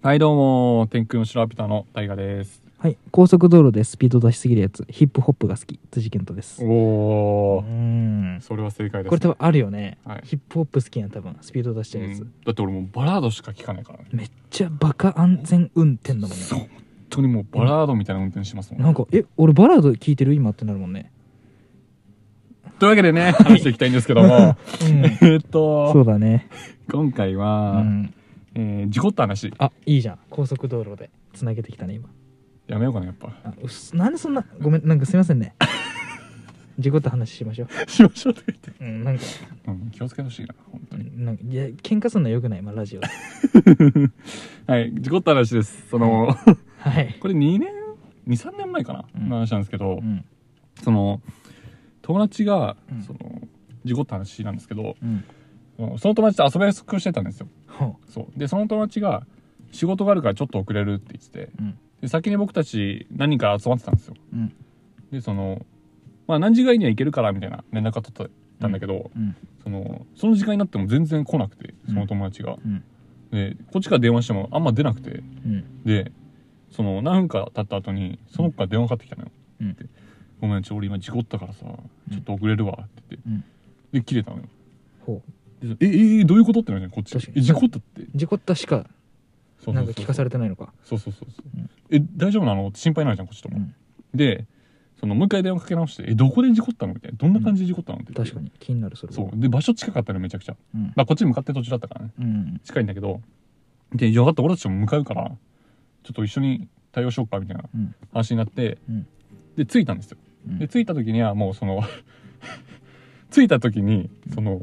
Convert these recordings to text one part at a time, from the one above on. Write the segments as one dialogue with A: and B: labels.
A: はい、どうも、天空の白ピタの大河です。
B: はい、高速道路でスピード出しすぎるやつヒップホップが好き辻健人です
A: お
B: うーん
A: それは正解です。
B: これ多分あるよね、
A: はい
B: ヒップホップ好きやん多分スピード出しちゃうやつ、
A: うんだって俺もうバラードしか聞かないからね。
B: めっちゃバカ安全運転だもんね
A: そう。本当にもうバラードみたいな運転しますもん。
B: なんかえ俺バラード聞いてる今ってなるもんね
A: というわけでね、話していきたいんですけども、
B: うん
A: えっ
B: そ
A: と、
B: うだね
A: 今回
B: う
A: は、
B: ん
A: えー事故った話、
B: あいいじゃん高速道路でつなげてきたね今
A: やめようかな、やっぱ。
B: あうっすなんでそんなごめんなんかすいませ んね事故った話しましょう、
A: しましょうとか言って。
B: うん、なんか
A: うん、気をつけてほしいな、本当
B: う
A: に。
B: んなんかいや喧嘩すんのよくない今ラジオで
A: はい、事故った話です。その、
B: はい、
A: これ2年 ?2、3年前かな、
B: うん
A: の話なんですけど、
B: うん
A: その友達が、
B: うん
A: その事故った話なんですけど
B: うん、
A: その友達と遊び約束してたんですよ
B: ほ
A: そうでその友達が仕事があるからちょっと遅れるって言ってて
B: ううん
A: で先に僕たち何人か集まってたんですよ
B: うん
A: でそのまあ何時ぐらいには行けるからみたいな連絡が取ったんだけど、
B: うん
A: そのその時間になっても全然来なくてその友達が、
B: うん
A: でこっちから電話してもあんま出なくて
B: うん
A: でその何分か経った後にその子から電話かかってきたのよ、
B: うん
A: でごめんちょ俺今事故ったからさちょっと遅れるわ」って言って、
B: うん
A: で切れたのよ
B: ほ
A: でえええどういうことってなるじゃんこっち
B: 確かに
A: え事故ったって
B: う事故ったしか
A: そう
B: な
A: そ
B: ん
A: う
B: か
A: そう
B: 聞かされてないのか
A: そうそうそうそう
B: うん
A: え大丈夫なのって心配になるじゃんこっちとも、
B: うん
A: でそのもう一回電話かけ直して「えどこで事故ったの?」みたいな「どんな感じで事故ったの?」って言って
B: 確かに気になるそれは
A: そうで場所近かったのめちゃくちゃ、
B: うん
A: まあ、こっちに向かってる途中だったからね
B: うん
A: 近いんだけどで「よかった俺たちも向かうからちょっと一緒に対応しようか」みたいな
B: うん
A: 話になって、
B: うん
A: で着いたんですよ
B: うん
A: で着いた時にはもうその 着いた時にその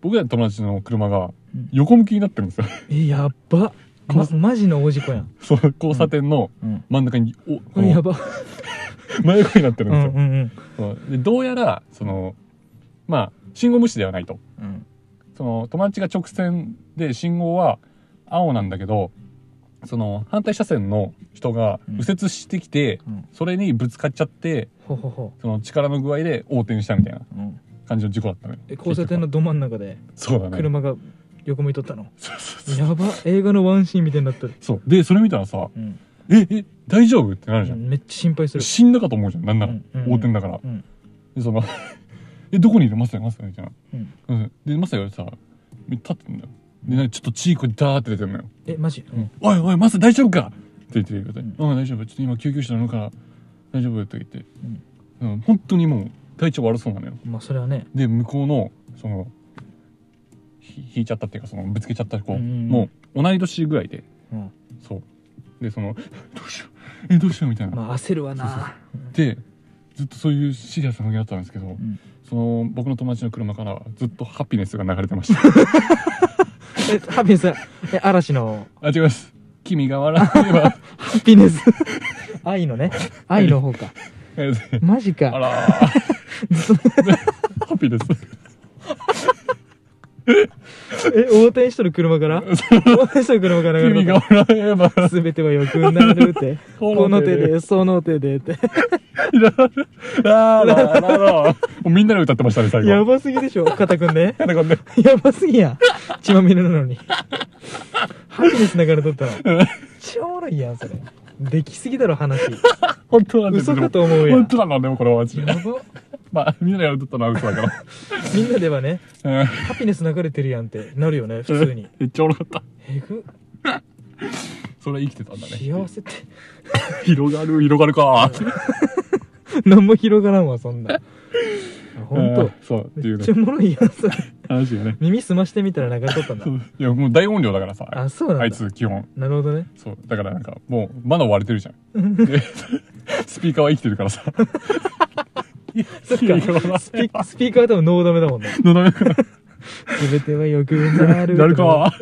A: 僕らの友達の車が
B: うん
A: 横向きになってるんですよ
B: えやっばま
A: ま
B: マジの大事故やん
A: その交差点の
B: うん
A: 真ん中におこ
B: や
A: の
B: ば
A: 真横になって
B: う
A: る
B: んうん
A: ん
B: うん
A: ですよ、でどうやらそのまあ信号無視ではないと
B: うん
A: その友達が直線で信号は青なんだけどその反対車線の人が右折してきて、
B: うん
A: それにぶつかっちゃって
B: ほほほ
A: その力の具合で横転したみたいな
B: うん
A: 感じの事故だったのよ
B: え交差点のど真ん中で
A: そうだね
B: 車が横向いとったの
A: そうそうそう
B: やば映画のワンシーンみたいになってる
A: そうでそれ見たらさ
B: うん
A: 「ええ大丈夫?」ってなるじゃん、
B: めっちゃ心配する
A: 死んだかと思うじゃんなんなら、
B: うんうんうん
A: 横転だから、
B: うん
A: でその 「えどこにいるマサヤマサヤ」みたいな、
B: うん
A: うん、でマサヤがさ立ってんだよでなんかちょっと血こうダーって出てんのよ
B: えマジ
A: 「おいおいマサヤ大丈夫か?」って言ってくれて「
B: うん
A: うん、大丈夫ちょっと今救急車なのから大丈夫」って言って、
B: うん
A: うん、本当にもう体調悪そうなのよ
B: まあそれはね
A: で向こうのそのひ引いちゃったっていうかそのぶつけちゃった子、
B: うんうんうん
A: もう同い年ぐらいで
B: うん
A: そうでその どうしようえどうしようみたいな、
B: まあ焦るわな
A: でずっとそういうシリアスな話だったんですけど、
B: ん
A: その僕の友達の車からずっとハピネスが流れてました
B: えハピネスえ嵐の
A: あ違います君が笑えば
B: ハピネス愛のね愛の方か
A: えで
B: マジ
A: あ
B: から
A: ー ハピネス
B: え横転しとる車から横転しとる車から
A: 君が笑えば
B: すべてはよくなるって。 この手で、その手でって。
A: ラーラーラーラーもうみんなで歌ってましたね最後
B: やばすぎでしょ、肩くんね。
A: なんかね
B: やばすぎやん。血まみれなのに。ハピネス流れとったの。超おもろいやん、それ。できすぎだろ、話。
A: 本当なんです
B: 嘘かと思うや
A: 本
B: ん
A: 当。なのでもこれはマジ
B: や
A: で
B: ば。
A: まあみんなで歌ったのは嘘だか
B: みんなではね、
A: らうん
B: ハピネス流れてるやんってなるよね、普通に。
A: めっちゃおもろかった
B: えぐ、
A: それは生きてたんだね
B: 幸せって。
A: 広がる広がるか
B: 何も広がらんわ、そんな。ほんと。
A: 当そうってい
B: め
A: う
B: っ
A: ね
B: ちゃおもろいやん、それ。
A: 話がね
B: 耳澄ましてみたら流れとったん だ
A: そ。ういやもう大音量だからさ
B: あ、そうなんだ。
A: あいつ基本
B: なるほどね。
A: そうだからなんかもう窓割れてるじゃんでスピーカーは生きてるからさ
B: そっか。スピスピーカーは多分ノーダメだも んね。
A: のだめか
B: すべてはよくなる。
A: なる。か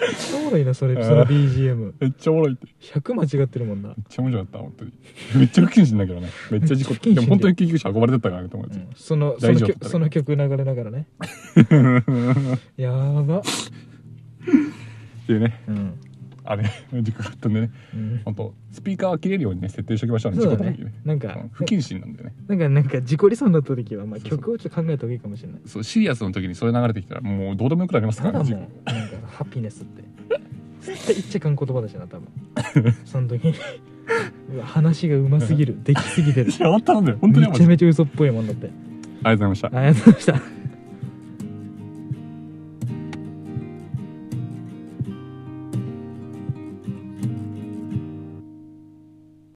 B: ちょうどいいな、それ、その BGM。
A: めっちゃおもろいってめっ
B: 100間違ってるもんな。
A: ちゃ面白かった本当にめっちゃ不謹慎だけどねめっちゃ事故って
B: めっ
A: で
B: ちゃ不謹慎
A: も本当に救急車運ばれてったからね友
B: う
A: 達
B: んその、そ
A: 大
B: の
A: 丈夫
B: 曲、その曲流れながら ね。やば。
A: っていうね
B: うん。
A: あれ、ミュージックフットでね、
B: うん
A: 本当スピーカーは切れるようにね、設定しておきましょうね、
B: そうだね
A: 事故の時ね
B: なんか
A: うん不謹慎なんだよね。
B: なんかなんか事故理想になった時は、まあ、
A: そうそう
B: 曲をちょっと考えた方がいいかもしれない
A: そう、シリアスの時にそれ流れてきたら、もうどうでもよくなります
B: た
A: か
B: だ
A: ら
B: もう
A: ね、
B: なんかハピネスって絶対言っちゃいかん言葉だしな多分 その時にうわ話がうますぎるできすぎてる
A: 事故いや、本当なんだよ。本当に
B: め
A: やば
B: ちゃ
A: い。
B: めちゃ嘘っぽいもんだって
A: ありがとうございました。
B: ありがとうございました